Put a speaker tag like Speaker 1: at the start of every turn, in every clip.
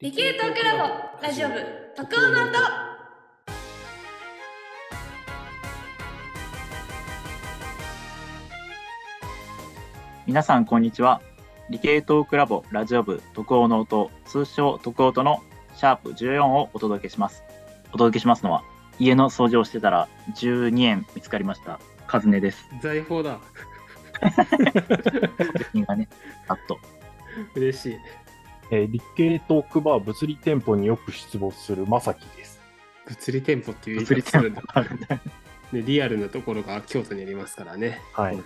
Speaker 1: 理系トークラボラジオ部特オの音
Speaker 2: 皆さんこんにちは理系トークラボラジオ部特応の音通称特音のシャープ14をお届けしますお届けしますのは家の掃除をしてたら12円見つかりましたカズネです
Speaker 3: 財宝 だ。
Speaker 2: 金がねあっと
Speaker 3: 嬉しい。
Speaker 4: えー、立系トークバー物理店舗によく出没するまさきです。
Speaker 3: 物理店舗っていう言い
Speaker 2: 物理
Speaker 3: 方する
Speaker 2: 店
Speaker 3: んだ
Speaker 2: 舗。あるんだ
Speaker 3: で、リアルなところが京都にありますからね。
Speaker 4: はい。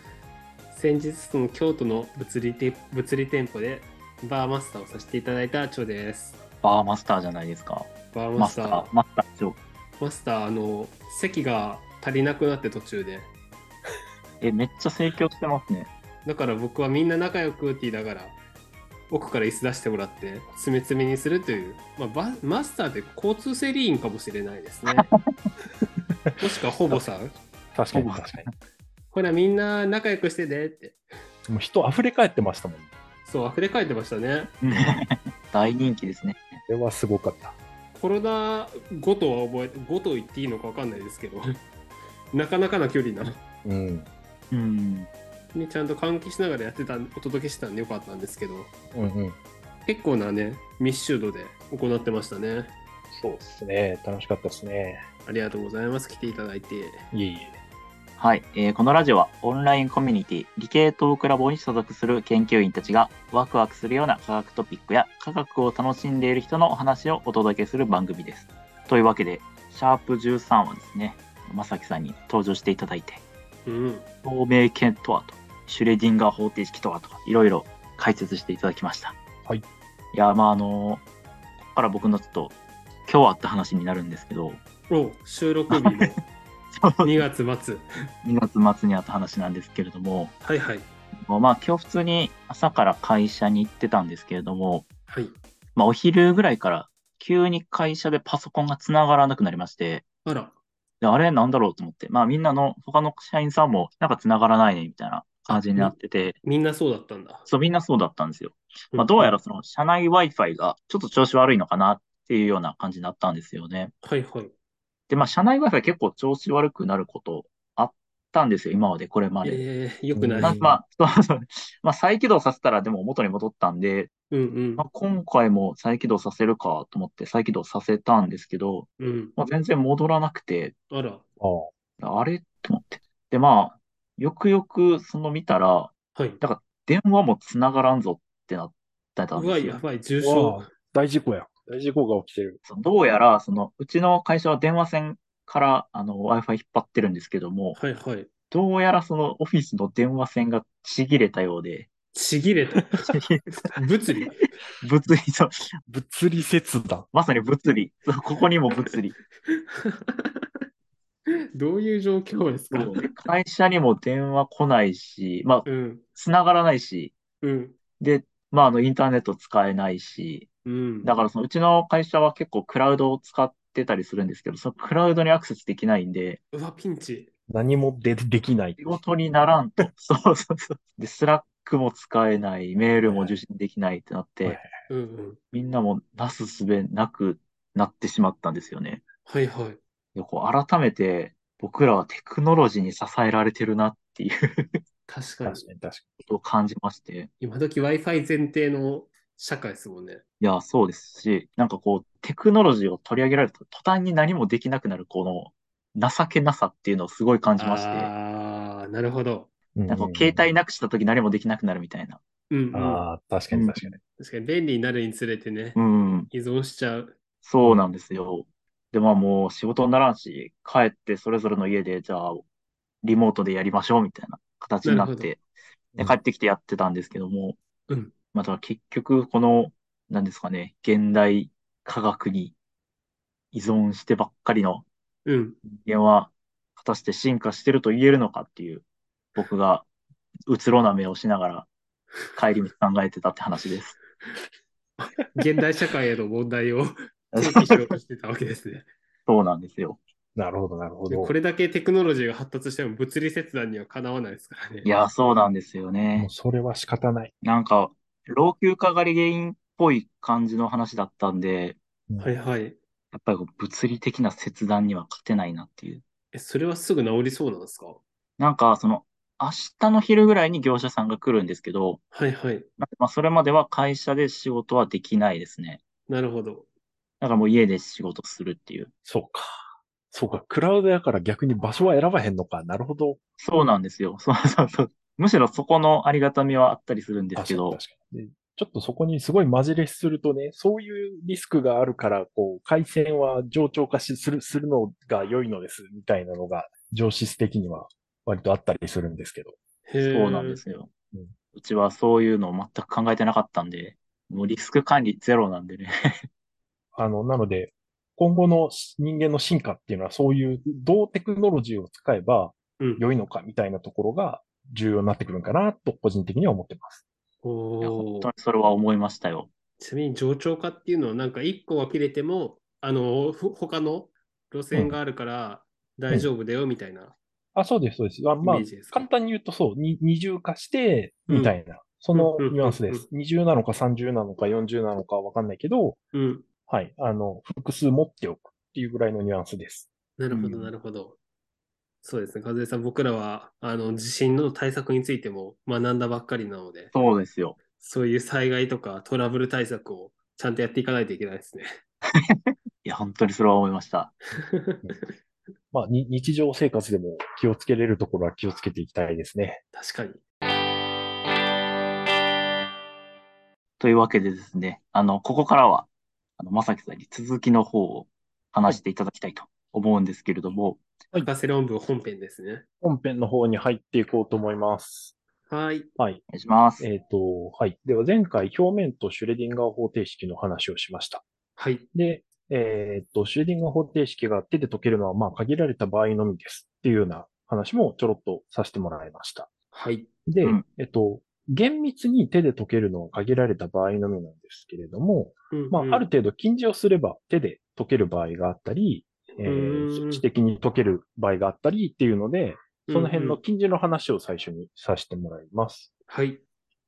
Speaker 3: 先日、その京都の物理て物理店舗でバーマスターをさせていただいたチョウです。
Speaker 2: バーマスターじゃないですか
Speaker 3: バーマ
Speaker 2: マ
Speaker 3: ス
Speaker 2: ス
Speaker 3: タ
Speaker 2: タ
Speaker 3: ー、
Speaker 2: ーマスターでしょ
Speaker 3: マスター、あの、席が足りなくなって途中で。
Speaker 2: えめっちゃ盛況してますね
Speaker 3: だから僕はみんな仲良くって言いながら、奥から椅子出してもらって、詰め詰めにするという、まあ、バマスターで交通整理員かもしれない ですね。もしくはほぼさん。
Speaker 4: 確かに確か
Speaker 3: ほら、みんな仲良くしてねって。
Speaker 4: に。もう人溢れ返ってましたもん。
Speaker 3: そう、溢れ返ってましたね。
Speaker 2: 大人気ですね
Speaker 4: これはすごかった。
Speaker 3: コロナ後とは覚え、後と言っていいのか分かんないですけど、 なかなかな距離なの
Speaker 4: うん。
Speaker 2: うん
Speaker 3: にちゃんと換気しながらやってたん、お届けしてたんでよかったんですけど、
Speaker 4: うんうん。
Speaker 3: 結構なね、密集度で行ってましたね。
Speaker 4: そうですね。楽しかったですね。
Speaker 3: ありがとうございます。来ていただいて。
Speaker 4: いえいえ。
Speaker 2: はい、えーこのラジオはオンラインコミュニティ理系トークラボに所属する研究員たちがワクワクするような科学トピックや科学を楽しんでいる人のお話をお届けする番組です。というわけで、シャープ13はですね、まさきさんに登場していただいて、
Speaker 3: うん。
Speaker 2: 透明権とはと、シュレディンガー方程式とはと、いろいろ解説していただきました。
Speaker 4: はい
Speaker 2: いや、まああのーここから僕のちょっと今日あった話になるんですけど、
Speaker 3: お収録日の2月末。
Speaker 2: 2月末にあった話なんですけれども、
Speaker 3: はいはい。
Speaker 2: まあ今日普通に朝から会社に行ってたんですけれども、
Speaker 3: はい。
Speaker 2: まあ、お昼ぐらいから急に会社でパソコンがつながらなくなりまして、
Speaker 3: あら、
Speaker 2: であれなんだろうと思って、まあみんなの他の社員さんもなんかつながらないねみたいな感じになってて、
Speaker 3: みんなそうだったんだ。
Speaker 2: そうみんなそうだったんですよ。まあどうやらその社内 Wi-Fi がちょっと調子悪いのかなっていうような感じになったんですよね。
Speaker 3: はいはい。
Speaker 2: で、まあ社内 Wi-Fi 結構調子悪くなることあったんですよ、今までこれまで。
Speaker 3: ええよくない。
Speaker 2: まあ
Speaker 4: うん
Speaker 2: まあ、そうそうまあ再起動させたらでも元に戻ったんで、
Speaker 3: うんうん
Speaker 2: まあ、。今回も再起動させるかと思って再起動させたんですけど、
Speaker 3: うん。
Speaker 2: まあ、全然戻らなくて、
Speaker 3: あら、
Speaker 4: ああ。
Speaker 2: あれと思って。で、まあ、よくよくその見たら、
Speaker 3: はい。
Speaker 2: 電話も繋がらんぞってなってたん
Speaker 3: う
Speaker 2: で
Speaker 3: わ、
Speaker 2: す
Speaker 3: や
Speaker 2: よ。
Speaker 3: ばい、重
Speaker 4: わ
Speaker 3: 症
Speaker 4: あ。大事故や。大事故が起きてる。
Speaker 2: そうどうやら、その、うちの会社は電話線からあの Wi-Fi 引っ張ってるんですけども、
Speaker 3: はいはい。
Speaker 2: どうやらそのオフィスの電話線がちぎれたようで、
Speaker 3: ちぎれた。物理。
Speaker 2: 物理、そう、
Speaker 4: 物理切断。
Speaker 2: まさに物理、そうここにも物理。
Speaker 3: どう いう状況ですか
Speaker 2: そうで会社にも電話来ないし、まあ、
Speaker 3: うん。
Speaker 2: 繋がらないし、
Speaker 3: うん。
Speaker 2: で、まあ、あの、インターネット使えないし、
Speaker 3: うん。
Speaker 2: だからそのうちの会社は結構クラウドを使ってたりするんですけど、そのクラウドにアクセスできないんで、
Speaker 3: うわ、ピンチ。
Speaker 4: 何もでできない
Speaker 2: 仕。事にならんと。 そうそうそう。で、スラックも使えない、メールも受信できないってなっ
Speaker 4: はい
Speaker 2: て、
Speaker 3: うんうん。
Speaker 2: みんなもなすすべなくなってしまったんですよね。
Speaker 3: はいはい。
Speaker 2: で、こう改めて僕らはテクノロジーに支えられてるなっていう
Speaker 3: 確かに。
Speaker 4: 確かに確か
Speaker 2: ことを感じまして、
Speaker 3: 今時 Wi-Fi 前提の社会ですもんね。
Speaker 2: いや、そうですし、なんかこう、テクノロジーを取り上げられると、途端に何もできなくなる、この情けなさっていうのをすごい感じまして、
Speaker 3: ああ、なるほど。
Speaker 4: に。
Speaker 2: なんかこう携帯なくした時何もできなくなるみたいな。
Speaker 3: うん、うん。確
Speaker 4: ああ、確かに確かに。
Speaker 3: かに便利になるにつれてね
Speaker 2: う、ん、
Speaker 3: 依存しちゃう。
Speaker 2: そうなんですよ。で、まあもう仕事にならんし、帰ってそれぞれの家で、じゃあ、リモートでやりましょうみたいな形になっ
Speaker 3: なる
Speaker 2: て、で、帰ってきてやってたんですけども、
Speaker 3: うん。
Speaker 2: まあ、だから結局、この、なんですかね、現代科学に依存してばっかりの、
Speaker 3: うん。
Speaker 2: 人間は果たして進化してると言えるのかっていう、僕がうつろな目をしながら帰り道考えてたって話です。
Speaker 3: 現代社会への問題を提起しようとしてたわけですね。
Speaker 2: そうなんですよ。
Speaker 4: なるほど、なるほど。
Speaker 3: これだけテクノロジーが発達しても物理切断にはかなわないですからね。
Speaker 2: いや、そうなんですよ
Speaker 4: も
Speaker 2: ね
Speaker 4: う。それは仕方ない。
Speaker 2: なんか、老朽化が原因っぽい感じの話だったんで、
Speaker 3: はいはい。
Speaker 2: やっぱりこう物理的な切断には勝てないなっていう。
Speaker 3: え、それはすぐ治りそうなんですか
Speaker 2: なんか、その、明日の昼ぐらいに業者さんが来るんですけど、
Speaker 3: はいはい。
Speaker 2: なんかまあそれまでは会社で仕事はできないですね。
Speaker 3: なるほど。
Speaker 2: だからもう家で仕事するっていう。
Speaker 4: そうか。そうか。クラウドやから逆に場所は選ばへんのか。なるほど。
Speaker 2: そうなんですよ。そうそうそう。むしろそこのありがたみはあったりするんですけ
Speaker 4: 確
Speaker 2: ど
Speaker 4: か、に。でちょっとそこにすごい混じれするとね、そういうリスクがあるから、こう、回線は冗長化しする、するのが良いのです、みたいなのが、上質的には割とあったりするんですけど。
Speaker 3: へー
Speaker 2: そうなんで。すよ
Speaker 4: うん。
Speaker 2: うちはそういうのを全く考えてなかったんで、もうリスク管理ゼロなんでね。
Speaker 4: あの、なので、今後の人間の進化っていうのは、そういう、どうテクノロジーを使えば
Speaker 3: うん。
Speaker 4: 良いのか、みたいなところが重要になってくるんかな、と、個人的には思ってます。
Speaker 2: いや
Speaker 3: お
Speaker 2: 本
Speaker 3: お
Speaker 2: 当。にそれは思いましたよ。
Speaker 3: ちなみに冗長化っていうのは、なんか一個は切れても、あの、ふ他の路線があるから大丈夫だよみたいな
Speaker 4: あ、そうです、そうです。あ
Speaker 3: イ
Speaker 4: まあ
Speaker 3: メー、ジですか。
Speaker 4: 簡単に言うとそう、に二重化して、みたいな、そのニュアンスで
Speaker 3: うんうん
Speaker 4: す。二重なのか三重なのか四重なのかわかんないけど、
Speaker 3: うん。
Speaker 4: はい、あの、複数持っておくっていうぐらいのニュアンスです。
Speaker 3: なるほど、
Speaker 2: うん
Speaker 3: なるほど。そうですね、和江さん、僕らはあの地震の対策についても学んだばっかりなので、
Speaker 2: そうですよ。
Speaker 3: そういう災害とかトラブル対策をちゃんとやっていかないといけないですね。
Speaker 2: いや、本当にそれは思いました。
Speaker 4: まあ、に日常生活でも気をつけれるところは気をつけていきたいですね。
Speaker 3: 確かに。
Speaker 2: というわけでですね、あの、ここからは、あの、まさきさんに続きの方を話していただきたいと思うんですけれども、
Speaker 3: 博士論文本編ですね。
Speaker 4: 本編の方に入っていこうと思います。
Speaker 3: はい。
Speaker 4: はい。
Speaker 2: お願いします。
Speaker 4: えっ、と、はい。では前回表面とシュレディンガー方程式の話をしました。
Speaker 3: はい。
Speaker 4: で、えっと、シュレディンガー方程式が手で解けるのは、まあ、限られた場合のみですっていうような話もちょろっとさせてもらいました。
Speaker 3: はい。
Speaker 4: で、
Speaker 2: うん
Speaker 4: えっと、厳密に手で解けるのは限られた場合のみなんですけれども、
Speaker 3: うん
Speaker 4: まあ、ある
Speaker 3: うん
Speaker 4: 程度禁じをすれば手で解ける場合があったり、え
Speaker 3: う
Speaker 4: ー、
Speaker 3: ん
Speaker 4: 知的に解ける場合があったりっていうので、その辺
Speaker 3: うんう
Speaker 4: の
Speaker 3: ん
Speaker 4: 禁じの話を最初にさせてもらいます。
Speaker 3: はい。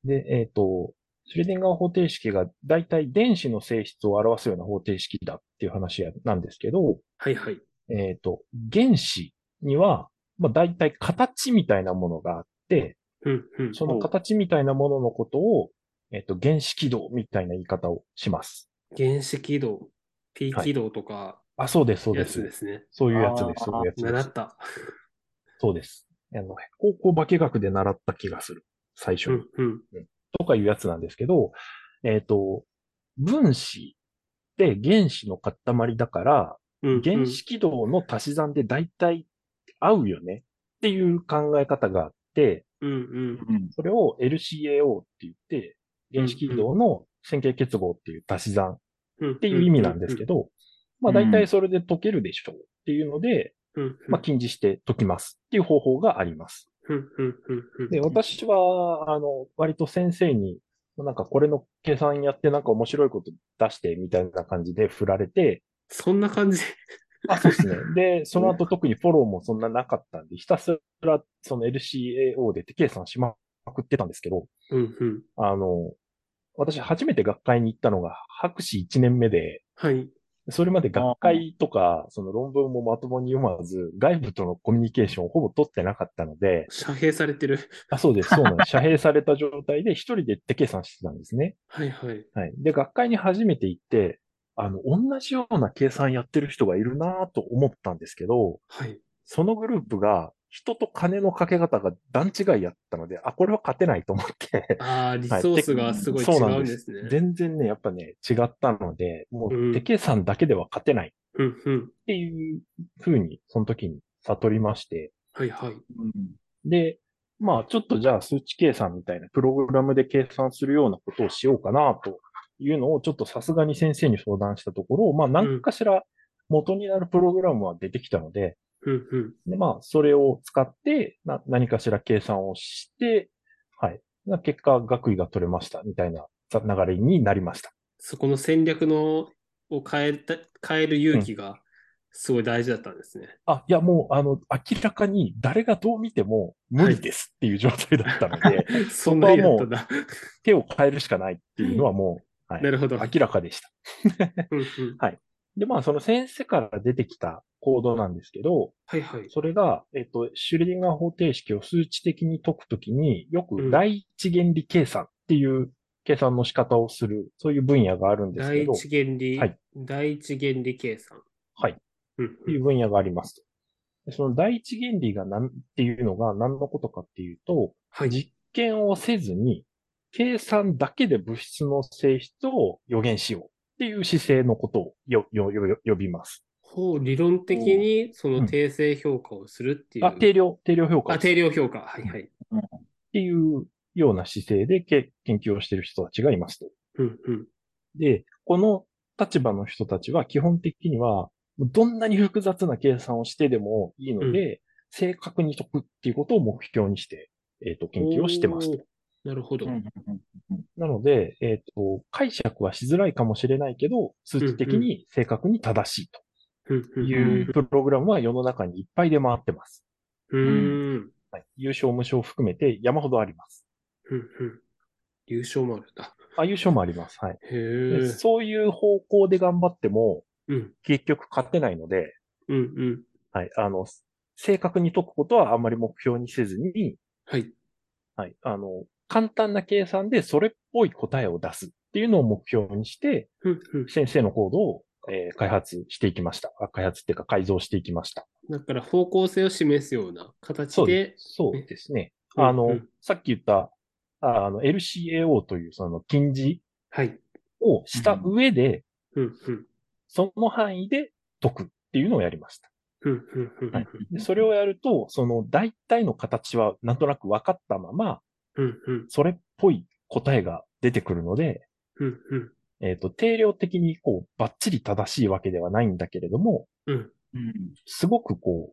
Speaker 4: で、えっ、と、シュレディンガー方程式が大体電子の性質を表すような方程式だっていう話やなんですけど、
Speaker 3: はいはい。
Speaker 4: えっ、と、原子には、まあ、大体形みたいなものがあって、
Speaker 3: うんうん。
Speaker 4: その形みたいなもののことを、えっ、と、原子軌道みたいな言い方をします。
Speaker 3: 原子軌道、P 軌道とか、
Speaker 4: あ、そうです、そう
Speaker 3: や
Speaker 4: で
Speaker 3: つ
Speaker 4: す
Speaker 3: で。すね。
Speaker 4: そういうやつで
Speaker 2: あー
Speaker 4: す、そういうやつで
Speaker 3: 習
Speaker 4: す
Speaker 3: っ。た。
Speaker 4: そうです。あの、高校化学で習った気がする。最初
Speaker 3: う
Speaker 4: に。
Speaker 3: んうん。
Speaker 4: とかいうやつなんですけど、えっ、と、分子って原子の塊だから、
Speaker 3: うんうん
Speaker 4: 原子軌道の足し算で大体合うよねっていう考え方があって、
Speaker 3: うんうん。
Speaker 2: うん。
Speaker 4: それを LCAO って言って、原子軌道の線形結合っていう足し算っ
Speaker 3: うんって
Speaker 4: いう意味なんですけ
Speaker 3: ど、
Speaker 4: ど、まあ大体それで解けるでしょうっていうので、
Speaker 3: うんうん
Speaker 4: まあ禁じして解きますっていう方法があります。
Speaker 3: うんうんうんうん
Speaker 4: で、私は、あの、割と先生に、なんかこれの計算やってなんか面白いこと出してみたいな感じで振られて、
Speaker 3: そんな感じ。
Speaker 4: あ、そうですね。 で、その後特にフォローもそんななかったんで、ひたすらその LCAO で手計算しまくってたんですけど、
Speaker 3: うんうん。
Speaker 4: あの、私初めて学会に行ったのが博士1年目で、
Speaker 3: はい。
Speaker 4: それまで学会とか、その論文もまともに読まず、外部とのコミュニケーションをほぼ取ってなかったので、
Speaker 3: 遮蔽されてる。
Speaker 4: あ、そ うです、そうなんです。遮蔽された状態で一人で手計算してたんですね。
Speaker 3: はいはい。
Speaker 4: はい。で、学会に初めて行って、あの、同じような計算やってる人がいるなぁと思ったんですけど、
Speaker 3: はい。
Speaker 4: そのグループが人と金のかけ方が段違いやったので、あ、これは勝てないと思って、
Speaker 3: ああ、リソースがすごい違
Speaker 4: そうな
Speaker 3: うんん
Speaker 4: で
Speaker 3: ですすね。
Speaker 4: 全然ね、やっぱね、違ったので、も
Speaker 3: う
Speaker 4: うん手計算だけでは勝てないっ
Speaker 3: うんうん。
Speaker 4: ていうふうに、その時に悟りまして、
Speaker 3: はいはい。
Speaker 2: うん
Speaker 4: で、まあ、ちょっとじゃあ数値計算みたいな、プログラムで計算するようなことをしようかな、というのを、ちょっとさすがに先生に相談したところ、まあ、何かしら元になるプログラムは出てきたので、
Speaker 3: うんうん。
Speaker 4: でまあ、それを使ってな、何かしら計算をして、はい。な結果、学位が取れました、みたいなざ流れになりました。
Speaker 3: そこの戦略のを変えた、変える勇気がすごい大事だったんですね。
Speaker 4: あ、いや、もう、あの、明らかに誰がどう見ても無理です っていう状態だったので、
Speaker 3: そんなにだったんだ。
Speaker 4: 手を変えるしかないっていうのはもは い
Speaker 3: なるほど。
Speaker 4: 明らかでした。
Speaker 3: うんうん
Speaker 4: で、まあ、その先生から出てきた行動なんですけど、
Speaker 3: はいはい。
Speaker 4: それが、えっと、シュレディンガー方程式を数値的に解くときに、よく第一原理計算っていう計算の仕方をする、そういう分野があるんです
Speaker 3: 第
Speaker 4: けど、っ
Speaker 3: 一原理、
Speaker 4: はい
Speaker 3: 第一原理計算。
Speaker 4: はい
Speaker 3: うん
Speaker 4: ていう分野があります。でその第一原理が何っていうのが何のことかっていうと、
Speaker 3: はい。
Speaker 4: 実験をせずに、計算だけで物質の性質を予言しようっていう姿勢のことをよよよ呼びます。
Speaker 3: ほう、理論的にその
Speaker 4: うん
Speaker 3: 定性評価をするっていう。
Speaker 4: あ、定量、定量評価
Speaker 3: あ
Speaker 4: をする
Speaker 3: 定量評価。はいはい。
Speaker 4: っていうような姿勢でけ研究をしている人たちがいますと。
Speaker 3: うんうん。
Speaker 4: で、この立場の人たちは基本的には、どんなに複雑な計算をしてでもいいので、正確に解くっていうことを目標にして、えっ、と、研究をしてますと。
Speaker 3: おー。なるほど。
Speaker 2: うんうん
Speaker 4: なので、えっ、と、解釈はしづらいかもしれないけど、数値的に正確に正しいと
Speaker 3: い
Speaker 4: いうプログラムは世の中にいっぱい出回ってます。
Speaker 3: うん。うん。
Speaker 4: はい、優勝無償含めて山ほどあります。
Speaker 3: うんうん。優勝もあるんだ。
Speaker 4: あ、優勝もあります。はい。
Speaker 3: へ
Speaker 4: で
Speaker 3: え。
Speaker 4: そういう方向で頑張っても、
Speaker 3: うん。
Speaker 4: 結局勝てないので、
Speaker 3: うんうん。
Speaker 4: はい、あの、正確に解くことはあんまり目標にせずに、
Speaker 3: はい。
Speaker 4: はい、あの、簡単な計算でそれっぽい答えを出すっていうのを目標にして、
Speaker 3: うんうん。
Speaker 4: 先生のコードを、えー開発していきました。あ開発っていうか改造していきました。
Speaker 3: だから方向性を示すような形
Speaker 4: そう
Speaker 3: で
Speaker 4: で。す。そうですね。
Speaker 3: うん
Speaker 4: あの、
Speaker 3: うん
Speaker 4: さっき言った、ああの、LCAO というその近似
Speaker 3: はい。
Speaker 4: をした上で、
Speaker 3: うんうん。
Speaker 4: その範囲で解くっていうのをやりました。
Speaker 3: うんうんうん
Speaker 4: はいでそれをやると、その大体の形はなんとなく分かったまま、
Speaker 3: うんうん
Speaker 4: それっぽい答えが出てくるので、
Speaker 3: うんうん
Speaker 4: えっ、と、定量的にこう、バッチリ正しいわけではないんだけれども、
Speaker 3: うん
Speaker 2: うん
Speaker 4: すごくこ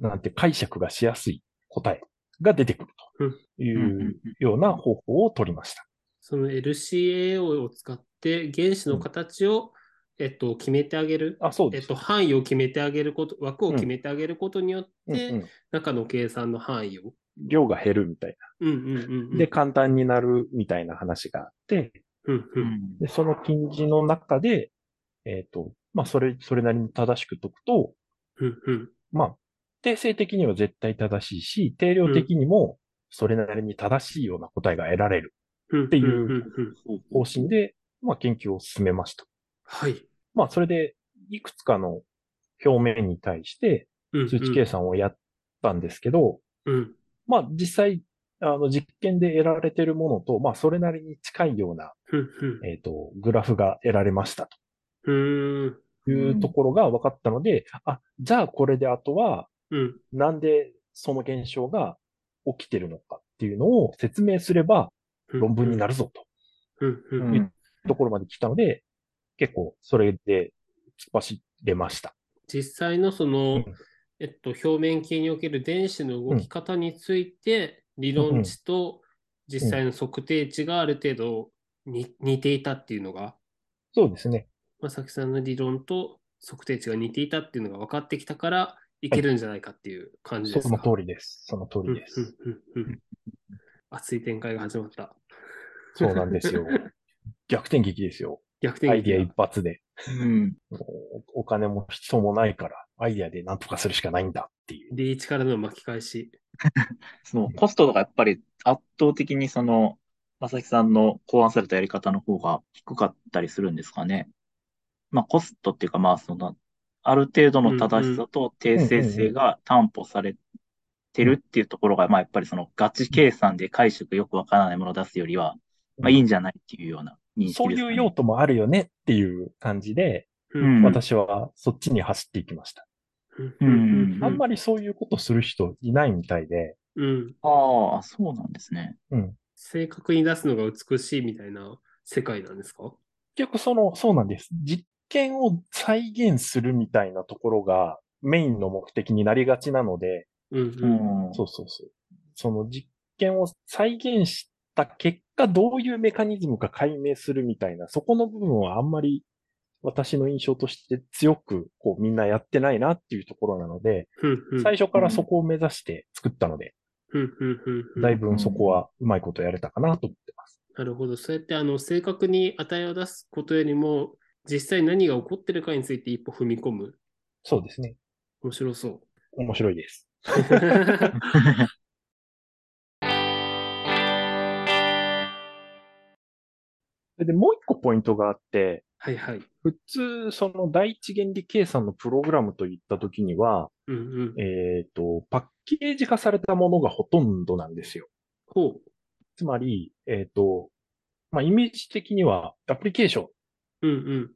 Speaker 4: う、なんて解釈がしやすい答えが出てくると
Speaker 2: うんうん
Speaker 4: いうような方法を取りました。
Speaker 3: その LCAO を使って原子の形を、えっと、決めてあげる。
Speaker 4: あ、そう
Speaker 3: え
Speaker 4: で
Speaker 3: っ
Speaker 4: す。
Speaker 3: と、範囲を決めてあげること、枠を決めてあげることによって、
Speaker 4: うんうん
Speaker 3: 中の計算の範囲を。
Speaker 4: 量が減るみたい
Speaker 3: うんうんうんうん。
Speaker 4: な。で、簡単になるみたいな話があって、
Speaker 3: うんう。
Speaker 2: うんん
Speaker 4: で、その近似の中で、えっ、と、まあ、それ、それなりに正しく解くと、
Speaker 3: うんうん。
Speaker 4: まあ、定性的には絶対正しいし、定量的にもそれなりに正しいような答えが得られる
Speaker 3: うん
Speaker 4: っていうん
Speaker 3: んうん。
Speaker 4: 方針で、まあ、研究を進めました。
Speaker 3: はい。
Speaker 4: まあ、それで、いくつかの表面に対して数値計
Speaker 3: 算。
Speaker 4: 算をやったんですけど、
Speaker 3: うん。
Speaker 4: まあ、実際、あの、実験で得られてるものと、まあ、それなりに近いような、
Speaker 3: うんうん
Speaker 4: えっ、と、グラフが得られました
Speaker 3: うーん。
Speaker 4: というところが分かったので、あ、じゃあこれであとは、
Speaker 3: うん。
Speaker 4: なんでその現象が起きてるのかっていうのを説明すれば論文にな
Speaker 3: る。
Speaker 4: るぞと
Speaker 3: うんう
Speaker 2: うん
Speaker 3: ん。
Speaker 2: うん
Speaker 4: ところまで来たので、結構それで突っ走れました。
Speaker 3: 実際のその、
Speaker 4: うん
Speaker 3: えっと、表面系における電子の動き方について、理論値と実際の測定値がある程度に似ていたっていうのが、
Speaker 4: そうですね。
Speaker 3: まさきさんの理論と測定値が似ていたっていうのが分かってきたから、いけるんじゃないかっていう感じ
Speaker 4: そ
Speaker 3: です
Speaker 4: の
Speaker 3: か。
Speaker 4: 通りです。その通りです。
Speaker 3: うんうんうんうん熱い展開が始まった。
Speaker 4: そうなんで すよ。逆転劇ですよ。
Speaker 3: 逆
Speaker 4: ア
Speaker 3: 転劇
Speaker 4: イデ
Speaker 3: だ
Speaker 4: ィア一発で。
Speaker 2: うん
Speaker 4: おお金も人もないから、アイディアで何とかするしかないんだっていう。
Speaker 3: リーチからの巻き返し。
Speaker 2: そうコストがやっぱり圧倒的にその、正木さんの考案されたやり方の方が低かったりするんですかね。まあコストっていうかまあその、ある程度の正しさと定性性が担保されてるっていうところが、まあやっぱりそのガチ計算で解釈よくわからないものを出すよりは、まあいいんじゃないっていうような認
Speaker 4: そ
Speaker 2: 識
Speaker 4: う
Speaker 2: です
Speaker 4: い
Speaker 2: か
Speaker 4: う
Speaker 2: ね。
Speaker 4: 用途もあるよねっていう感じで、
Speaker 2: うん
Speaker 4: 私はそっちに走っていきました。
Speaker 2: うん
Speaker 4: あんまりそういうことする人いないみたいで、
Speaker 3: うん。
Speaker 2: ああ、そうなんですね。
Speaker 4: うん。
Speaker 3: 正確に出すのが美しいみたいな世界なんですか
Speaker 4: 結局その、そうなんです。実験を再現するみたいなところがメインの目的になりがちなので、
Speaker 3: うん
Speaker 2: う
Speaker 3: うん。
Speaker 2: ん。
Speaker 4: そうそうそう。その実験を再現した結果、どういうメカニズムか解明するみたいな、そこの部分はあんまり私の印象として強く、こうみんなやってないなっていうところなので、
Speaker 3: うんうん
Speaker 4: 最初からそこを目指して作ったので、
Speaker 3: うんうんうんうん
Speaker 4: だいぶそこはうまいことやれたかなと思ってます。
Speaker 3: なるほど。そうやって、あの、正確に値を出すことよりも、実際何が起こってるかについて一歩踏み込む。
Speaker 4: そうですね。
Speaker 3: 面白そ
Speaker 4: 面白いです。
Speaker 3: う。
Speaker 4: それで、もう一個ポイントがあって、
Speaker 3: はいはい。
Speaker 4: 普通、その第一原理計算のプログラムといったときには、
Speaker 3: うんうん。
Speaker 4: えっ、と、パッケージ化されたものがほとんどなんですよ。
Speaker 3: ほ
Speaker 4: つまり、えっ、と、まあ、イメージ的には、アプリケーション、
Speaker 3: う。うん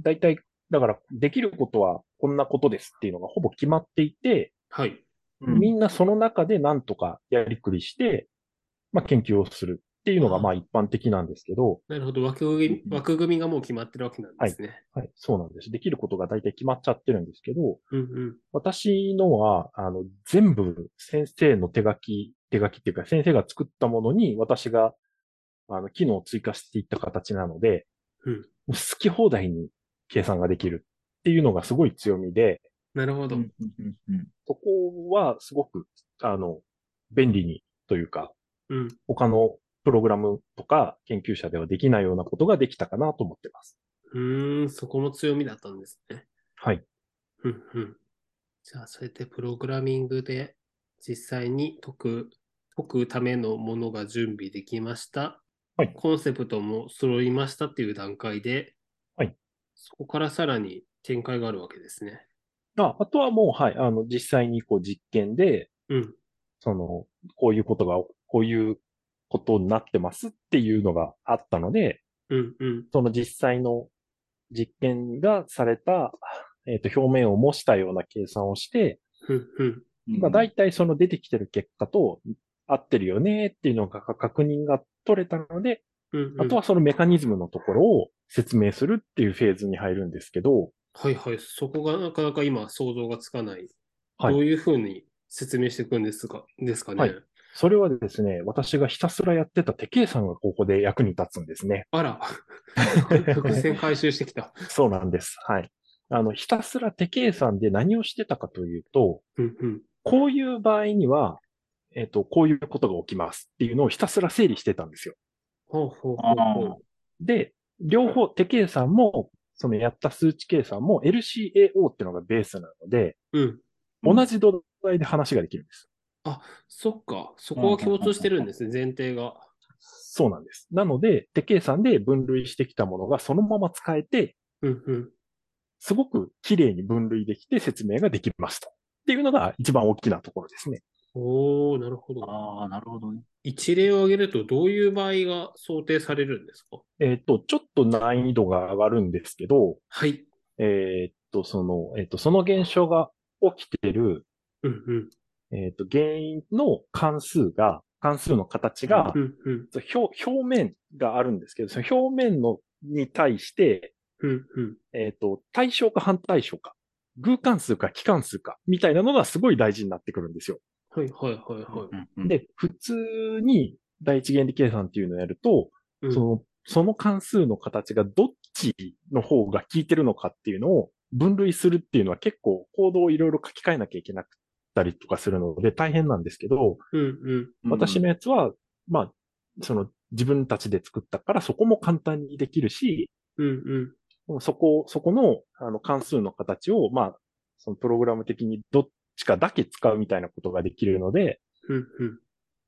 Speaker 4: だいたい、だから、できることはこんなことですっていうのがほぼ決まっていて、
Speaker 3: はい。
Speaker 2: うん
Speaker 4: みんなその中でなんとかやりくりして、まあ、研究をするっていうのが、まあ、一般的なんですけど、
Speaker 3: なるほど。枠組み、枠組みがもう決まってるわけなんですね。
Speaker 4: はい、そうなんです。できることがだいたい決まっちゃってるんですけど、
Speaker 3: うん
Speaker 4: 私のは、あの、全部先生の手書き、手書きっていうか、先生が作ったものに私が、あの、機能を追加していった形なので、
Speaker 3: うん
Speaker 4: もう好き放題に計算ができるっていうのがすごい強みで、
Speaker 3: うん。なるほど。
Speaker 2: うんうんうん
Speaker 4: そこはすごく、あの、便利にというか、
Speaker 3: うん。
Speaker 4: 他のプログラムとか研究者ではできないようなことができたかなと思ってます。
Speaker 3: うーん、そこも強みだったんですね。
Speaker 4: はい。
Speaker 3: うんうん。じゃあ、そうやってプログラミングで実際に解く、解くためのものが準備できました。
Speaker 4: はい
Speaker 3: コンセプトも揃いましたっていう段階で、
Speaker 4: はい。
Speaker 3: そこからさらに展開があるわけですね。
Speaker 4: ああとはもう、はい、あの、実際にこう実験で、
Speaker 3: うん。
Speaker 4: その、こういうことが、こういうことになってますっていうのがあったので、
Speaker 3: うんうん。
Speaker 4: その実際の実験がされた、えっ、と、表面を模したような計算をして、
Speaker 3: うんうん。
Speaker 2: うん
Speaker 4: まあ、大体その出てきてる結果と合ってるよねっていうのが確認が取れたので、
Speaker 3: うんうん
Speaker 4: あとは、そのメカニズムのところを説明するっていうフェーズに入るんですけど、
Speaker 3: はいはい。そこがなかなか今想像がつかない。
Speaker 4: はい
Speaker 3: どういうふうに説明していくんですかですかね。
Speaker 4: はいそれはですね、私がひたすらやってた手計算がここで役に立つんですね。
Speaker 3: あ ら、伏線回収してきた。
Speaker 4: そうなんです。はい。あの、ひたすら手計算で何をしてたかというと、
Speaker 3: うんうん。
Speaker 4: こういう場合には、えっ、と、こういうことが起きますっていうのをひたすら整理してたんですよ。
Speaker 3: ほうほうほうほう。
Speaker 4: で、両方手計算も、そのやった数値計算も LCAO っていうのがベースなので、
Speaker 3: うん。
Speaker 2: うん
Speaker 4: 同じ土台で話ができるんです。
Speaker 3: そっか。そこは共通してるんですね、前提が。
Speaker 4: そうなんです。なので、手計算で分類してきたものがそのまま使えて、
Speaker 3: うんうん。
Speaker 4: すごく綺麗に分類できて説明ができました。っていうのが一番大きなところですね。
Speaker 3: おおなるほど。
Speaker 2: ああ、なるほどね。
Speaker 3: 一例を挙げると、どういう場合が想定されるんですか
Speaker 4: えっ、と、ちょっと難易度が上がるんですけど、
Speaker 3: はい。
Speaker 4: えっ、と、その、えっ、と、その現象が起きてる、
Speaker 3: うんうん。
Speaker 4: えっ、と、原因の関数が、関数の形が、
Speaker 3: うんうん。
Speaker 4: 表、表面があるんですけど、その表面の、に対して、
Speaker 3: うんうん。
Speaker 4: えっ、と、対象か反対象か、偶関数か奇関数か、みたいなのがすごい大事になってくるんですよ。
Speaker 3: はいはいはいは
Speaker 2: うんうん
Speaker 4: で、普通に第一原理計算っていうのをやると、
Speaker 3: い。うん
Speaker 4: その、その関数の形がどっちの方が効いてるのかっていうのを分類するっていうのは結構行動をいろいろ書き換えなきゃいけなくったりとかするので大変なんですけど、
Speaker 3: うんうん。
Speaker 4: 私のやつは、まあ、その自分たちで作ったからそこも簡単にできるし、
Speaker 3: うんうん。
Speaker 4: そこ、そこのあの関数の形を、まあ、そのプログラム的にどっちかだけ使うみたいなことができるので、
Speaker 3: うんうん。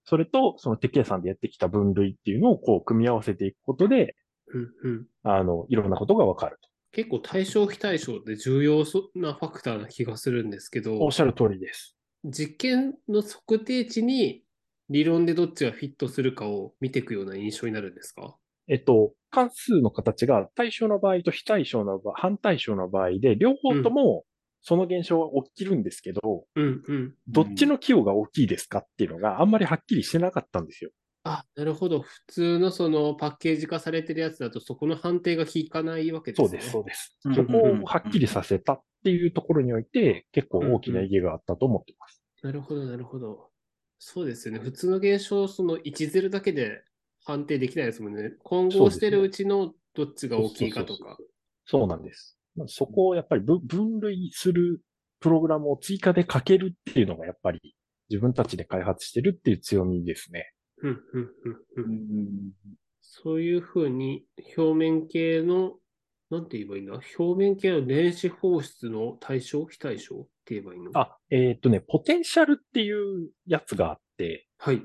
Speaker 4: それとその手計算でやってきた分類っていうのをこう組み合わせていくことで、
Speaker 3: うんうん。
Speaker 4: あの、いろんなことがわかる。
Speaker 3: 結構対象非対象って重要そなファクターな気がするんですけど
Speaker 4: おっ、しゃる通りです。
Speaker 3: 実験の測定値に理論でどっちがフィットするかを見ていくような印象になるんですか
Speaker 4: えっと、関数の形が対象の場合と非対象の場合、反対象の場合で、両方ともその現象は起きるんですけど、
Speaker 3: うんうん。
Speaker 4: どっちの寄与が大きいですかっていうのがあんまりはっきりしてなかったんですよ。
Speaker 3: あ、なるほど。普通のそのパッケージ化されてるやつだとそこの判定が効かないわけですね。
Speaker 4: そうです。
Speaker 2: うん
Speaker 4: そこをはっきりさせたっていうところにおいて、結構大きな意義があったと思ってます。
Speaker 3: なるほど、なるほど。そうですよね。普通の現象、その1ゼロだけで判定できないですもんね。混合してるうちのどっちが大きいかとか。
Speaker 4: そうなんです。まあそこをやっぱりぶ分類するプログラムを追加で書けるっていうのがやっぱり自分たちで開発してるっていう強みですね。
Speaker 3: うん、うん、うん、う。
Speaker 2: うんん
Speaker 3: そういうふうに表面系の、なんて言えばいいんだ表面系の電子放出の対象非対象って言えばいいの
Speaker 4: あ、えーっとね、ポテンシャルっていうやつがあって、
Speaker 3: はい。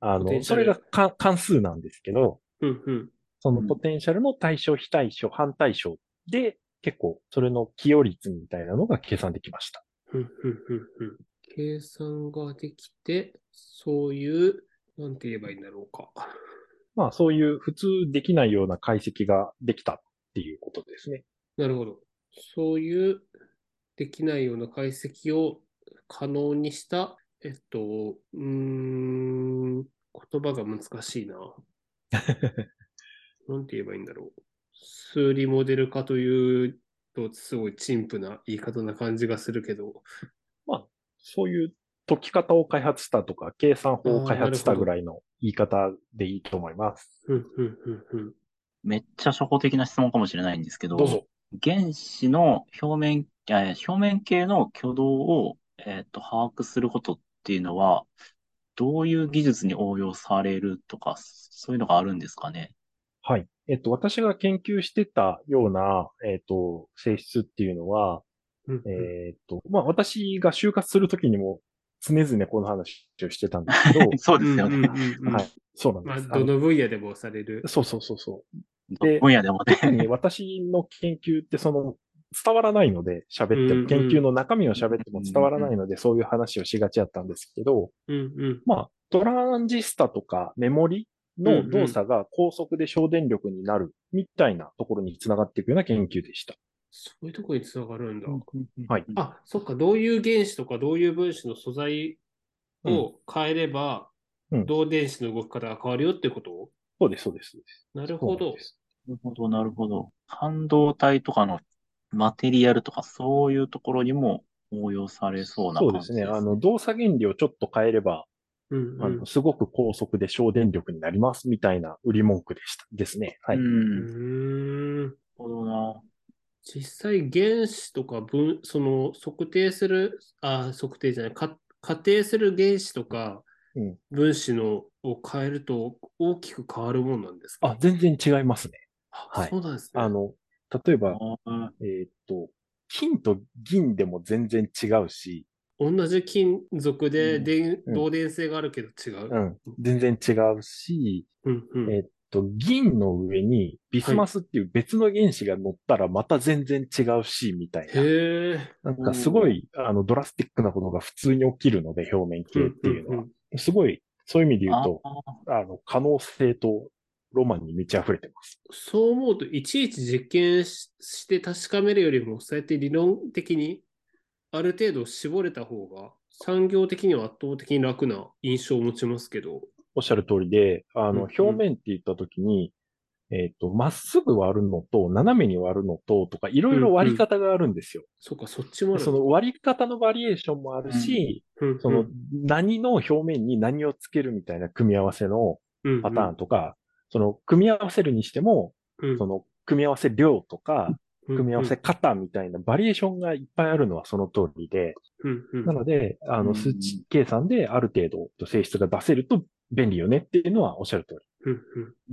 Speaker 4: あ
Speaker 3: ポテン
Speaker 4: の、
Speaker 3: シャ
Speaker 4: そ
Speaker 3: ル
Speaker 4: れがか関数なんですけど、
Speaker 3: うんうん。
Speaker 4: その
Speaker 2: うん
Speaker 4: ポテンシャルの対象、非対象、反対象で、結構、それの寄与率みたいなのが計算できました。
Speaker 3: うんうんうんうん計算ができて、そういう、なんて言えばいいんだろうか。
Speaker 4: まあ、そういう普通できないような解析ができたっていうことですね。
Speaker 3: なるほど。そういうできないような解析を可能にした、えっと、うーん、言葉が難しいな。 なんて言えばいいんだろう。数理モデル化というと、すごい陳腐な言い方な感じがするけど、
Speaker 4: そういう解き方を開発したとか、計算法を開発し
Speaker 3: あ
Speaker 4: た
Speaker 3: ーなるほど
Speaker 4: ぐらいの言い方でいいと思います。
Speaker 3: うん、うん、うん、うん。
Speaker 2: めっちゃ初歩的な質問かもしれないんですけど、
Speaker 4: どうぞ。
Speaker 2: 原子の表面、えー表面系の挙動を、えーと、把握することっていうのは、どういう技術に応用されるとか、そういうのがあるんですかね。
Speaker 4: はい。えっと、私が研究してたような、えっと、性質っていうのは、
Speaker 3: うんうん
Speaker 4: えっと、まあ、私が就活するときにも常々この話をしてたんですけど、
Speaker 2: そうですよ
Speaker 3: うん
Speaker 2: ね。
Speaker 3: うんうん
Speaker 4: はい。そうな
Speaker 3: まあ、
Speaker 4: んです。
Speaker 3: どの分野でもされる
Speaker 4: あの。そうそうそうそう。
Speaker 2: ど分野でもね。
Speaker 4: 特に私の研究ってその、伝わらないので、喋って
Speaker 3: うんうん
Speaker 4: も、研究の中身を喋っても伝わらないので、そういう話をしがちだったんですけど、
Speaker 3: うん、うん。
Speaker 4: まあ、トランジスタとかメモリの動作が高速で省電力になるみたいなところにつながっていくような研究でした。
Speaker 3: そういうところにつながるんだ。
Speaker 4: はい
Speaker 3: あ、そっか、どういう原子とかどういう分子の素材を変えれば、
Speaker 4: うん
Speaker 3: 導電子の動き方が変わるよってこと
Speaker 4: そうです、そうです。
Speaker 3: なる
Speaker 4: そう
Speaker 3: ほ
Speaker 4: なん
Speaker 3: ど
Speaker 4: で。す
Speaker 2: なるほど、なるほど。半導体とかのマテリアルとか、そういうところにも応用されそうな
Speaker 4: そう
Speaker 2: 感
Speaker 4: で
Speaker 2: じ。
Speaker 4: すね。あの、動作原理をちょっと変えれば、
Speaker 3: うん
Speaker 4: あの、すごく高速で省電力になりますみたいな売り文句でした。ですね。はい。
Speaker 3: うん
Speaker 2: なる
Speaker 3: んうーん
Speaker 2: ほどな。
Speaker 3: 実際、原子とか分、その測定する、あ、測定じゃない、か仮定する原子とか
Speaker 4: うん
Speaker 3: 分子のを変えると大きく変わるもんなんですか
Speaker 4: あ、全然違いますね。
Speaker 3: あ
Speaker 4: はい
Speaker 3: そうなんですね。
Speaker 4: あの、例えば、
Speaker 2: あ
Speaker 4: えーっと、金と銀でも全然違うし、
Speaker 3: 同じ金属で
Speaker 2: うん
Speaker 3: 電
Speaker 4: うん
Speaker 3: 導電性があるけど違う。
Speaker 4: うん、全然違うし、
Speaker 3: うんうん
Speaker 4: えーっと、銀の上にビスマスっていう別の原子が乗ったらまた全然違うし、みたいな。
Speaker 3: へえ。
Speaker 4: なんかすごい、あの、ドラスティックなことが普通に起きるので、表面系っていうのは。すごい、そういう意味で
Speaker 2: ー
Speaker 4: 言うと、
Speaker 2: あー
Speaker 4: あの、可能性とロマンに満ち溢れてます。
Speaker 3: そう思うと、いちいち実験しして確かめるよりも、そうやって理論的にある程度絞れた方が、産業的には圧倒的に楽な印象を持ちますけど。
Speaker 4: おっしゃる通りで、あの、
Speaker 3: うんうん
Speaker 4: 表面って言った時に、えっ、と、まっすぐ割るのと、斜めに割るのと、とか、いろいろ割り方があるんですよ。
Speaker 3: そっか、そっちもある
Speaker 4: その割り方のバリエーションもあるし、
Speaker 3: うんうん
Speaker 4: その、何の表面に何をつけるみたいな組み合わせの
Speaker 3: うんうん
Speaker 4: パターンとか、その、組み合わせるにしても、
Speaker 3: うん
Speaker 4: その、組み合わせ量とか、
Speaker 3: うん
Speaker 4: 組み合わせ方みたいなバリエーションがいっぱいあるのはその通りで、
Speaker 3: うんうん
Speaker 4: なので、あ
Speaker 2: うん
Speaker 4: の、数値計算である程度性質が出せると便利よねっていうのはおっしゃる通り。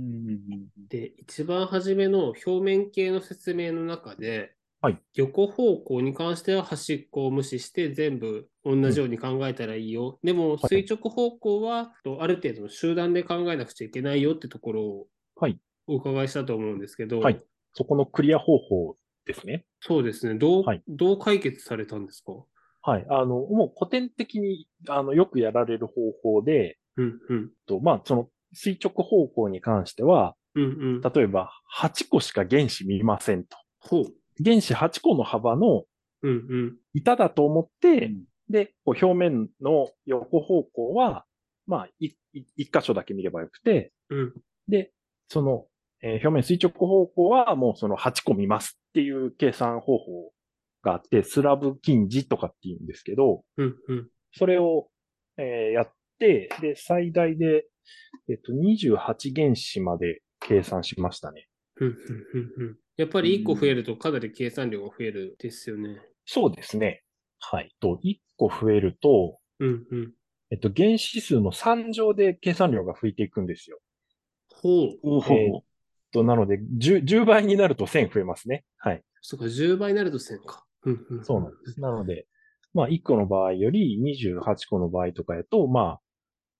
Speaker 3: うんうん
Speaker 2: うんうん
Speaker 3: で、一番初めの表面系の説明の中で、
Speaker 4: はい
Speaker 3: 横方向に関しては端っこを無視して全部同じように考えたらいいよ。でも
Speaker 4: はい
Speaker 3: 垂直方向はとある程度の集団で考えなくちゃいけないよってところを
Speaker 4: はい
Speaker 3: お伺いしたと思うんですけど、
Speaker 4: はいそこのクリア方法ですね。
Speaker 3: そうですね。どう、
Speaker 4: はい
Speaker 3: どう解決されたんですか
Speaker 4: はい。あの、もう古典的に、あの、よくやられる方法で、
Speaker 3: うんうん。
Speaker 4: とまあ、その垂直方向に関しては、
Speaker 3: うんうん。
Speaker 4: 例えば8個しか原子見ませんと。
Speaker 3: ほう。
Speaker 4: 原子8個の幅の
Speaker 3: うんうん。
Speaker 4: 板だと思って、
Speaker 2: うん
Speaker 4: で、こう表面の横方向は、まあ、いい一箇所だけ見ればよくて、
Speaker 3: うん
Speaker 4: で、その、えー表面垂直方向はもうその8個見ますっていう計算方法があって、スラブ近似とかって言うんですけど、
Speaker 3: うんうん。
Speaker 4: それを、えーやって、で、最大で、えっと、28原子まで計算しましたね。
Speaker 3: うんうんうんうん。やっぱり1個増えるとかなり計算量が増えるですよね。
Speaker 4: そうですね。はい。と、1個増えると、
Speaker 3: うんうん。
Speaker 4: えっと、原子数の3乗で計算量が増えていくんですよ。
Speaker 3: ほう。
Speaker 2: おほ
Speaker 4: えー
Speaker 2: ほ
Speaker 4: と、なので10、10倍になると1000増えますね。はい。
Speaker 3: そっか、10倍になると1000か。うんうん。
Speaker 4: そうなんです。なので、まあ、1個の場合より28個の場合とかやと、まあ、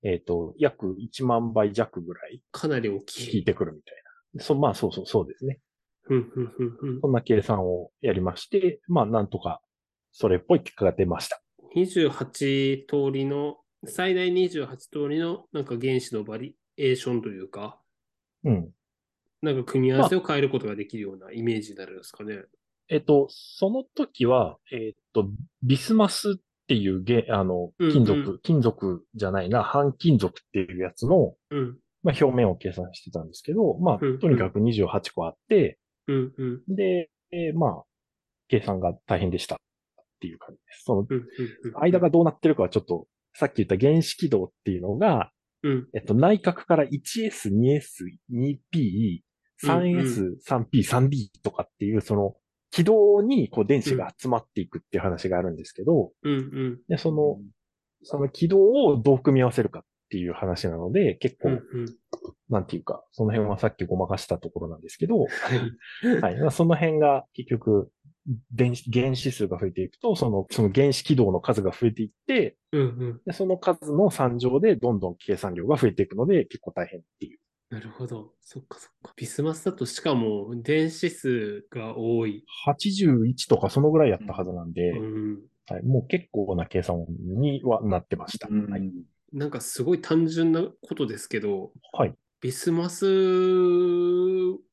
Speaker 4: えっ、と、約1万倍弱ぐらい
Speaker 3: かなり大
Speaker 4: 効
Speaker 3: き
Speaker 4: い
Speaker 3: い。
Speaker 4: てくるみたいな。そまあ、そうそう、そうですね。
Speaker 3: うんうんうん
Speaker 4: そんな計算をやりまして、まあ、なんとか、それっぽい結果が出ました。
Speaker 3: うん。28通りの、最大28通りの、なんか原子のバリエーションというか、
Speaker 4: うん。
Speaker 3: なんか組み合わせを変えることができるようなイメージになるんですかね。
Speaker 4: えっと、その時は、えっと、ビスマスっていうげ、あの、
Speaker 3: うんうん
Speaker 4: 金属、金属じゃないな、半金属っていうやつの、
Speaker 3: うん。
Speaker 4: まあ、表面を計算してたんですけど、まあ、
Speaker 3: うんうん
Speaker 4: とにかく28個あって、
Speaker 3: うんうん。
Speaker 4: で、えーまあ、計算が大変でしたっていう感じです。その、
Speaker 3: うんうんうん。
Speaker 4: 間がどうなってるかはちょっと、さっき言った原子軌道っていうのが、
Speaker 3: うん。
Speaker 4: えっと、内角から 1S、2S、2P、
Speaker 3: う
Speaker 4: 3S、3P、3D とかっていう、その、軌道にこう電子が集まっていくっていう話があるんですけど、
Speaker 3: うんうん。
Speaker 4: でその、その軌道をどう組み合わせるかっていう話なので、結構、
Speaker 3: うんうん。
Speaker 4: なんていうか、その辺はさっきごまかしたところなんですけど、
Speaker 3: はい。
Speaker 4: はい。まあその辺が結局、電子、原子数が増えていくと、その、その原子軌道の数が増えていって、
Speaker 3: うんうん。
Speaker 4: でその数の3乗でどんどん計算量が増えていくので、結構大変っていう。
Speaker 3: なるほど。そっかそっか。ビスマスだとしかも電子数が多い。
Speaker 4: 81とかそのぐらいやったはずなんで、
Speaker 3: うん。
Speaker 4: はい、もう結構な計算にはなってました。
Speaker 2: う。
Speaker 4: はい。
Speaker 3: なんかすごい単純なことですけど、
Speaker 4: はい
Speaker 3: ビスマス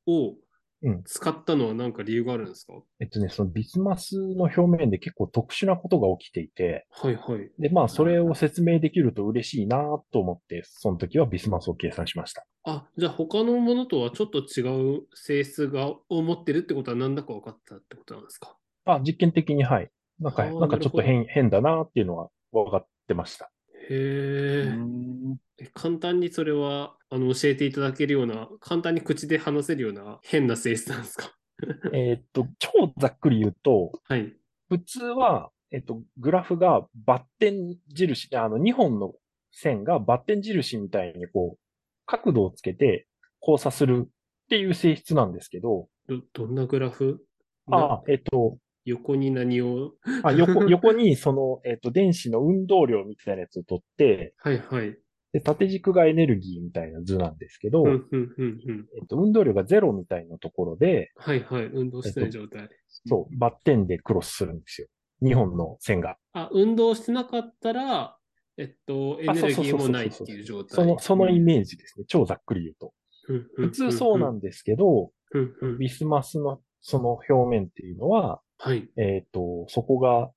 Speaker 3: を
Speaker 4: うん
Speaker 3: 使ったのは何か理由があるんですか、
Speaker 4: えっとね、そのビスマスの表面で結構特殊なことが起きていて、
Speaker 3: はいはい。
Speaker 4: で、まあ、それを説明できると嬉しいなと思って、その時はビスマスを計算しました。
Speaker 3: あ、じゃあ他のものとはちょっと違う性質がを持ってるってことは何だか分かったってことなんですか
Speaker 4: あ、実験的に、はい。なんか、
Speaker 3: あー
Speaker 4: なんかちょっと変、変だなっていうのは分かって ました。
Speaker 3: へえ。え簡単にそれはあの教えていただけるような、簡単に口で話せるような変な性質なんですか
Speaker 4: えーっと、超ざっくり言うと、
Speaker 3: はい。
Speaker 4: 普通は、えっと、グラフがバッテン印、あの、2本の線がバッテン印みたいにこう、角度をつけて交差するっていう性質なんですけど、
Speaker 3: ど、どんなグラフな
Speaker 4: あーえっと、
Speaker 3: 横に何を
Speaker 4: あ 横横にその、えっと、電子の運動量みたいなやつを取って、
Speaker 3: はいはい。
Speaker 4: で縦軸がエネルギーみたいな図なんですけど、
Speaker 3: うんうんうんうん。
Speaker 4: えっと、運動量がゼロみたいなところで、
Speaker 3: はいはい。運動してない状態。
Speaker 4: そう、バッテンでクロスするんですよ。2本の線が。
Speaker 3: あ、運動してなかったら、えっと、エ
Speaker 4: あ
Speaker 3: ネ
Speaker 4: そう
Speaker 3: ル
Speaker 4: そう
Speaker 3: ギー
Speaker 4: そうそう
Speaker 3: もないっていう状態。
Speaker 4: その、そのイメージですね。超ざっくり言うと。
Speaker 3: 普
Speaker 4: 普通そうなんんですけど、
Speaker 3: うんうん
Speaker 4: ビスマスのその表面っていうのは、
Speaker 3: はい。
Speaker 4: えっ、と、そこが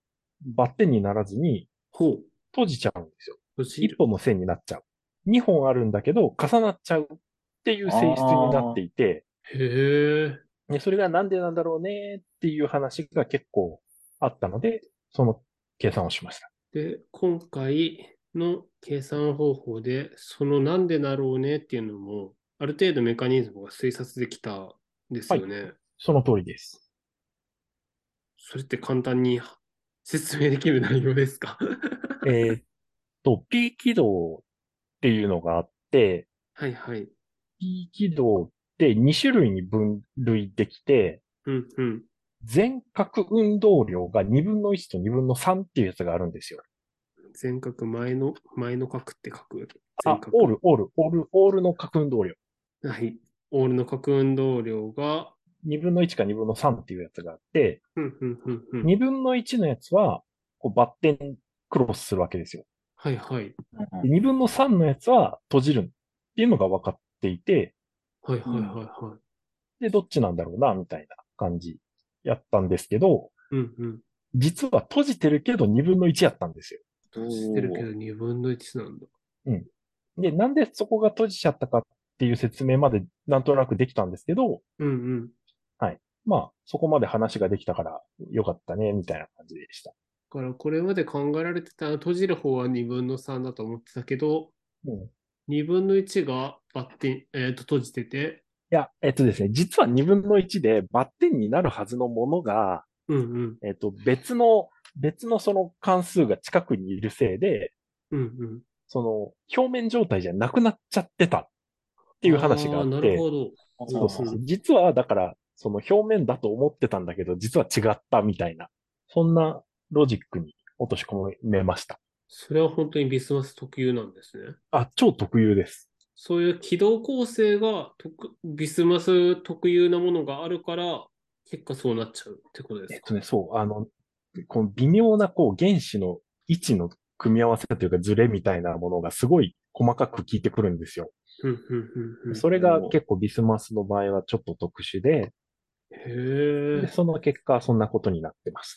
Speaker 4: バッテンにならずに
Speaker 3: ほう。
Speaker 4: 閉じちゃうんですよ。
Speaker 3: 閉じ
Speaker 4: 1
Speaker 3: る。
Speaker 4: 本の線になっちゃう。2本あるんだけど、重なっちゃうっていう性質になっていて、
Speaker 3: へえ。
Speaker 4: でそれがなんでなんだろうねっていう話が結構あったので、その計算をしました。
Speaker 3: で、今回の計算方法で、そのなんでだろうねっていうのも、ある程度メカニズムが推察できたんですよね。
Speaker 4: その通りです。
Speaker 3: それって簡単に 説明できる内容ですか
Speaker 4: えーっと、P 軌道っていうのがあって、
Speaker 3: はいはい。
Speaker 4: P 軌道って2種類に分類できて、
Speaker 3: うんうん。
Speaker 4: 全角運動量が2分の1と2分の3っていうやつがあるんですよ。
Speaker 3: 全角前の、前の角って書く。
Speaker 4: あ
Speaker 3: 全、角。
Speaker 4: オール、オール、オール、オールの角運動量。
Speaker 3: はい。オールの角運動量が、
Speaker 4: 2分の1か2分の3っていうやつがあって、
Speaker 3: うん、うん、うん、うん。
Speaker 4: 2分の1のやつは、こうバッテンクロスするわけですよ。
Speaker 3: はい、はい。
Speaker 4: で2分の3のやつは閉じるっていうのが分かっていて、
Speaker 3: はい、はい、はい、はい。
Speaker 4: で、どっちなんだろうな、みたいな感じやったんですけど、
Speaker 3: うん、うん。
Speaker 4: 実は閉じてるけど2分の1やったんですよ。
Speaker 3: 知ってるけど2分の1なんだ。
Speaker 4: で、なんでそこが閉じちゃったかっていう説明までなんとなくできたんですけど、
Speaker 3: うん、うん。
Speaker 4: まあ、そこまで話ができたからよかったね、みたいな感じでした。
Speaker 3: だから、これまで考えられてた、閉じる方は2分の3だと思ってたけど、
Speaker 4: うん、い
Speaker 3: 2分の1がバッテン、えっと、閉じてて、
Speaker 4: や、えっとですね、実は2分の1でバッテンになるはずのものが、
Speaker 3: うん、うん、
Speaker 4: えっと、別の、別のその関数が近くにいるせいで、
Speaker 3: うん、うん。
Speaker 4: その表面状態じゃなくなっちゃってたっっていう話があっ
Speaker 3: なる
Speaker 4: て、
Speaker 3: ほど。
Speaker 4: そうそうそう実はだから、その表面だと思ってたんだけど、実は違ったみたいな、そんなロジックに落とし込めました。
Speaker 3: それは本当にビスマス特有なんですね。
Speaker 4: あ、超特有です。
Speaker 3: そういう軌道構成が特ビスマス特有なものがあるから、結果そうなっちゃうってことで
Speaker 4: えっ
Speaker 3: す
Speaker 4: と
Speaker 3: か。
Speaker 4: ね、そう、あの、この微妙なこう原子の位置の組み合わせというかズレみたいなものがすごい細かく効いてくるんですよ。
Speaker 3: うんうんうんうん
Speaker 4: それが結構ビスマスの場合はちょっと特殊で、
Speaker 3: へえ。
Speaker 4: でその結果そんなことになってまし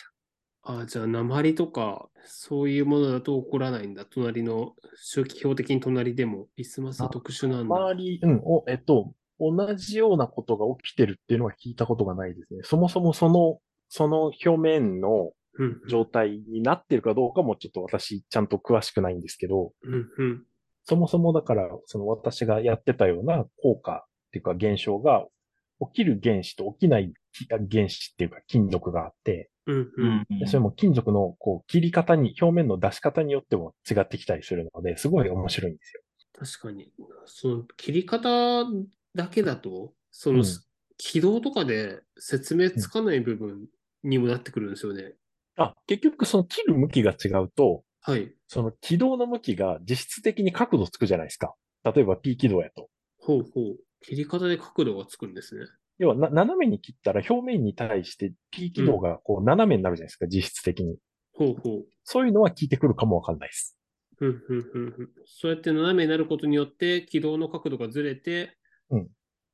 Speaker 4: た。
Speaker 3: あ、じゃあ、鉛とか、そういうものだと起こらないんだ。隣の、周期表的に隣でも、ビスマスは特殊なんだ。
Speaker 4: 周り、うん、お、えっと、同じようなことが起きてるっていうのは聞いたことがないですね。そもそもその、その表面の
Speaker 3: うん
Speaker 4: 状態になってるかどうかもちょっと私ちゃんと詳しくないんですけど、
Speaker 3: うんうん
Speaker 4: そもそもだから、その私がやってたような効果っていうか現象が起きる原子と起きない原子っていうか金属があって、
Speaker 3: うん
Speaker 2: う
Speaker 3: うんん。
Speaker 4: でそれも金属のこう切り方に、表面の出し方によっても違ってきたりするので、すごい面白いんですよ。
Speaker 3: 確かに。その切り方だけだと、その、
Speaker 4: うん
Speaker 3: 軌道とかで説明つかない部分にもなってくるんですよね。
Speaker 4: あ、結局その切る向きが違うと、
Speaker 3: はい。
Speaker 4: その軌道の向きが実質的に角度つくじゃないですか。例えば P 軌道やと。
Speaker 3: ほうほう。切り方で角度がつくんですね。
Speaker 4: 要はな、斜めに切ったら表面に対して P 軌道がこう斜めになるじゃないですか、実質的に。
Speaker 3: ほうほう。
Speaker 4: そういうのは効いてくるかもわかんないです。
Speaker 3: ふんふんふんふん。そうやって斜めになることによって、軌道の角度がずれて、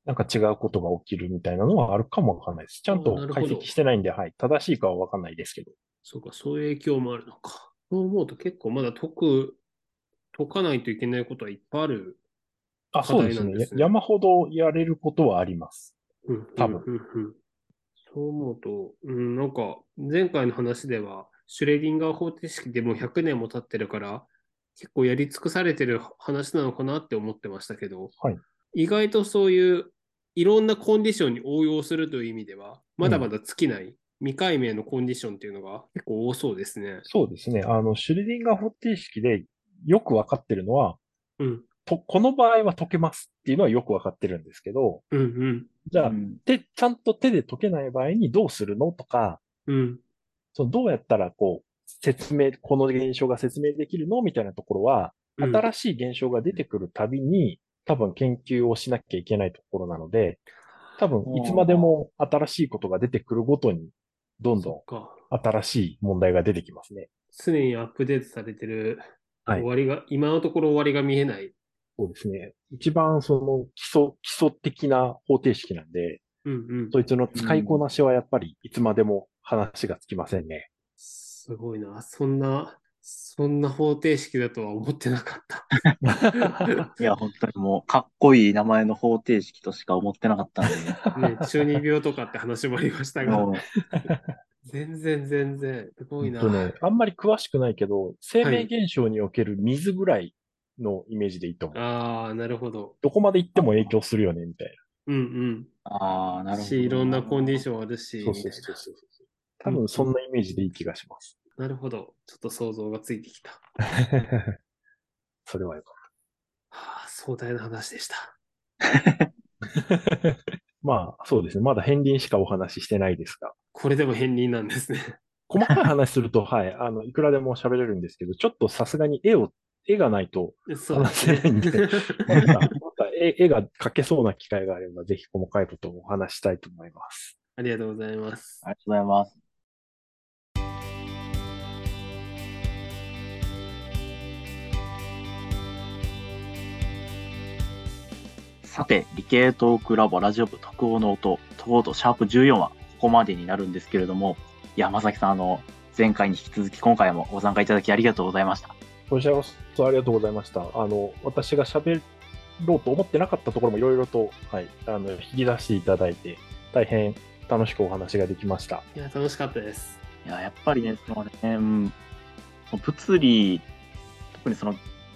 Speaker 4: なんか違うことが起きるみたいなのはあるかもわかんないです。ちゃんと
Speaker 3: あーなるほ
Speaker 4: 解
Speaker 3: ど
Speaker 4: 析してないんで、はい。正しいかはわかんないですけど。
Speaker 3: そうか、そういう影響もあるのか。そう思うと結構まだ解く、解かないといけないことはいっぱいある。
Speaker 4: あ、そうです
Speaker 3: 課題なん
Speaker 4: ね。
Speaker 3: ですね
Speaker 4: 山ほどやれることはあります。
Speaker 3: うん
Speaker 4: 多
Speaker 3: う
Speaker 4: 分
Speaker 3: んうんうんそう思うと、うん、なんか前回の話では、シュレディンガー方程式でもう100年も経ってるから、結構やり尽くされてる話なのかなって思ってましたけど、
Speaker 4: はい
Speaker 3: 意外とそういういろんなコンディションに応用するという意味では、まだまだ尽きない、未解明のコンディションっていうのが結構多そうですね。
Speaker 4: そうですね。あの、シュレディンガー方程式でよくわかってるのは、
Speaker 3: うん、
Speaker 4: と、この場合は解けますっていうのはよくわかってるんですけど、
Speaker 3: うん、うん、
Speaker 4: じゃあ、
Speaker 2: うん
Speaker 4: 手、ちゃんと手で解けない場合にどうするのとか、
Speaker 3: うん、
Speaker 4: そのどうやったらこう、説明、この現象が説明できるのみたいなところは、
Speaker 3: うん。
Speaker 4: 新しい現象が出てくるたびに、多分研究をしなきゃいけないところなので、多分いつまでも新しいことが出てくるごとに、どん
Speaker 3: そ
Speaker 4: ど
Speaker 3: っか。
Speaker 4: ん新しい問題が出てきますね。
Speaker 3: 常にアップデートされてる、
Speaker 4: はい
Speaker 3: 終わりが、今のところ終わりが見えない。
Speaker 4: そうですね。一番その基礎、基礎的な方程式なんで、
Speaker 3: うん、うん。
Speaker 4: そいつの使いこなしはやっぱりいつまでも話がつきませんね。
Speaker 3: すごいな。そんな、そんな方程式だとは思ってなかった。
Speaker 2: い や、本当にもう、かっこいい名前の方程式としか思ってなかったん で、
Speaker 3: ね、中二病とかって話もありましたが、
Speaker 2: もう
Speaker 3: 全然全然、すごいな。
Speaker 4: とね、あんまり詳しくないけど、生命現象における水ぐらいのイメージでいいと思う。
Speaker 3: ああ、なるほど。
Speaker 4: どこまで行っても影響するよね、みたい
Speaker 3: うん
Speaker 2: ああ、
Speaker 3: う
Speaker 2: な
Speaker 3: ん。
Speaker 2: るほどな。
Speaker 3: し、いろんなコンディシ
Speaker 2: ョン。
Speaker 3: ョンあるし、
Speaker 4: な。
Speaker 3: みたい
Speaker 4: そう。多分そんなイメージでいい気がします。
Speaker 3: な。なるほど。ちょっと想像がついてきた。
Speaker 4: それはよかっ
Speaker 3: はあ、壮大な話でした。
Speaker 4: た。まあ、そうですね。まだ片鱗しかお話ししてないですが。
Speaker 3: これでも片鱗なんですね。
Speaker 4: 細かい話すると、はい、あの、いくらでも喋れるんですけど、ちょっとさすがに絵を、絵がないと、
Speaker 3: そうです
Speaker 4: 話せないん
Speaker 3: ね。
Speaker 4: でまたまた絵 絵が描けそうな機会があれば、ぜひ細かいこともお話したいと思います。
Speaker 3: ありがとうございます。
Speaker 2: ありがとうございます。さて、理系トークラボラジオ部特王の音、とうとうシャープ14はここまでになるんですけれども、山崎さん、あの、前回に引き続き今回もご参加いただきありがとうございました。
Speaker 4: こちらこそありがとうございました。あの、私が喋ろうと思ってなかったところもいろいろと、はい、あの、引き出していただいて、大変楽しくお話ができました。
Speaker 3: いや、楽しかったです。
Speaker 2: いや、やっぱりね、そのね、うん、物理、特にその、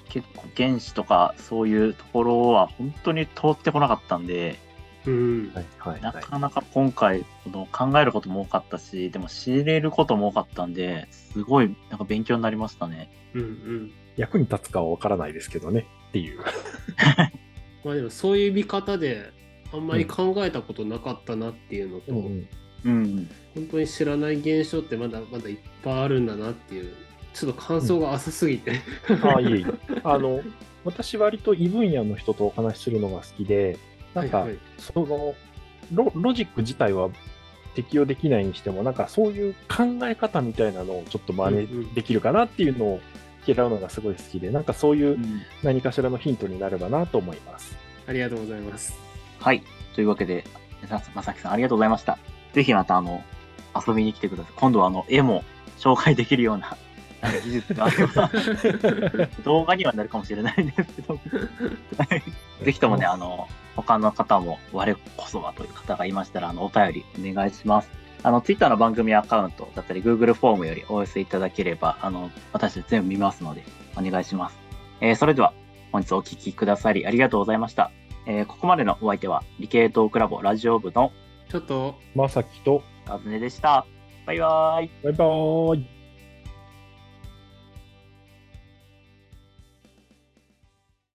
Speaker 2: 結構原子とかそういうところは本当に通ってこなかったんで、
Speaker 3: うん。
Speaker 4: はい、はい、
Speaker 2: なかなか今回、この考えることも多かったし、でも知れることも多かったんで、すごいなんか勉強になりましたね。
Speaker 3: うんうん。
Speaker 4: 役に立つかはわからないですけどね、っていう。
Speaker 3: まあでもそういう見方であんまり考えたことなかったなっていうのと、
Speaker 4: うん
Speaker 2: うん。
Speaker 3: 本当に知らない現象ってまだまだいっぱいあるんだなっていうちょっと感想が浅すぎて、
Speaker 4: ああ、いえいえ。あの、私割と異分野の人とお話しするのが好きで、なんか、
Speaker 3: はいはい
Speaker 4: そのロ、ロジック自体は適用できないにしても、なんかそういう考え方みたいなのをちょっと真
Speaker 3: うんうん
Speaker 4: 似できるかなっていうのを嫌うのがすごい好きで、なんかそういう何かしらのヒントになればなと思います。
Speaker 3: ありがとうございます
Speaker 2: はい。というわけで、まさまさきさんありがとうございました。ぜひまたあの、遊びに来てください。今度はあの、絵も紹介できるような、 なんか技術があれば、動画にはなるかもしれないですけど、はいぜひともね、あの、他の方も、我こそはという方がいましたら、あの、お便りお願いします。あの、Twitter の番組アカウントだったり、Google フォームよりお寄せいただければ、あの、私たち全部見ますので、お願いします。えーそれでは、本日お聞きくださりありがとうございました。えーここまでのお相手は、理系トークラボラジオ部の
Speaker 3: ちょっと
Speaker 4: まさきと、
Speaker 2: あずねでした。バイバーイ。
Speaker 4: バイバーイ。